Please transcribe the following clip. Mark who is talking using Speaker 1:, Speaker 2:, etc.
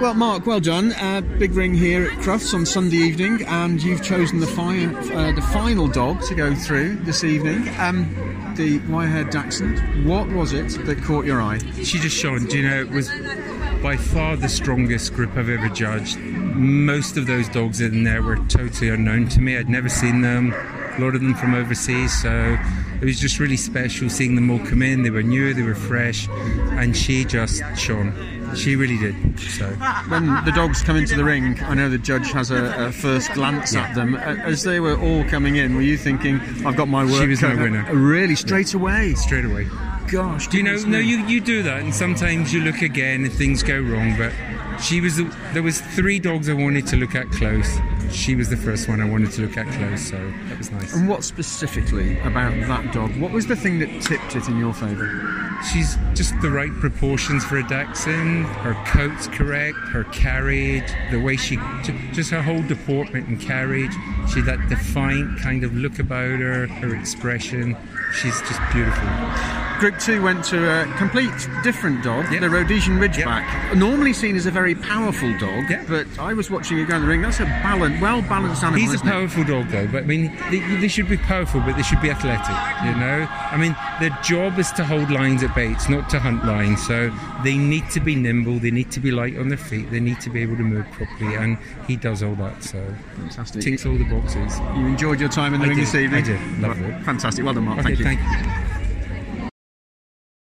Speaker 1: Well, Mark, well done. Uh, big ring here at Crufts on Sunday evening, and you've chosen the, fi- uh, the final dog to go through this evening. Um, the wire-haired dachshund. What was it that caught your eye?
Speaker 2: She just shone. Do you know, it was by far the strongest grip I've ever judged. Most of those dogs in there were totally unknown to me. I'd never seen them, a lot of them from overseas. So it was just really special seeing them all come in. They were new, they were fresh, and she just shone. She really did. So.
Speaker 1: When the dogs come into the ring, I know the judge has a, a first glance at them. Uh, As they were all coming in, were you thinking, "I've got my work"?
Speaker 2: was my
Speaker 1: cut out?"
Speaker 2: winner.
Speaker 1: Really, straight away.
Speaker 2: Straight away.
Speaker 1: Gosh,
Speaker 2: Do you know?
Speaker 1: goodness
Speaker 2: No,
Speaker 1: me.
Speaker 2: you, you do that, and sometimes you look again and things go wrong. But she was the, there was three dogs I wanted to look at close. She was the first one I wanted to look at close, so that was nice.
Speaker 1: And what specifically about that dog? What was the thing that tipped it in your favour?
Speaker 2: She's just the right proportions for a dachshund. Her coat's correct, her carriage, the way she, ju- just her whole deportment and carriage. She that defiant kind of look about her, her expression. She's just beautiful.
Speaker 1: Group two went to a complete different dog,
Speaker 2: Yep.
Speaker 1: the Rhodesian Ridgeback. Normally seen as a very powerful dog,
Speaker 2: Yep.
Speaker 1: but I was watching it go in the ring. That's a balanced, well balanced animal.
Speaker 2: He's a
Speaker 1: isn't it?
Speaker 2: powerful dog, though. But I mean, they, they should be powerful, but they should be athletic. You know, I mean, their job is to hold lines at baits, not to hunt lines. So they need to be nimble. They need to be light on their feet. They need to be able to move properly, and he does all that. So
Speaker 1: Fantastic.
Speaker 2: ticks all the boxes.
Speaker 1: You enjoyed your time in the
Speaker 2: I
Speaker 1: ring
Speaker 2: did,
Speaker 1: this evening.
Speaker 2: I did. Loved it.
Speaker 1: Fantastic. Well done, Mark.
Speaker 2: Okay,
Speaker 1: thank you.
Speaker 2: thank you.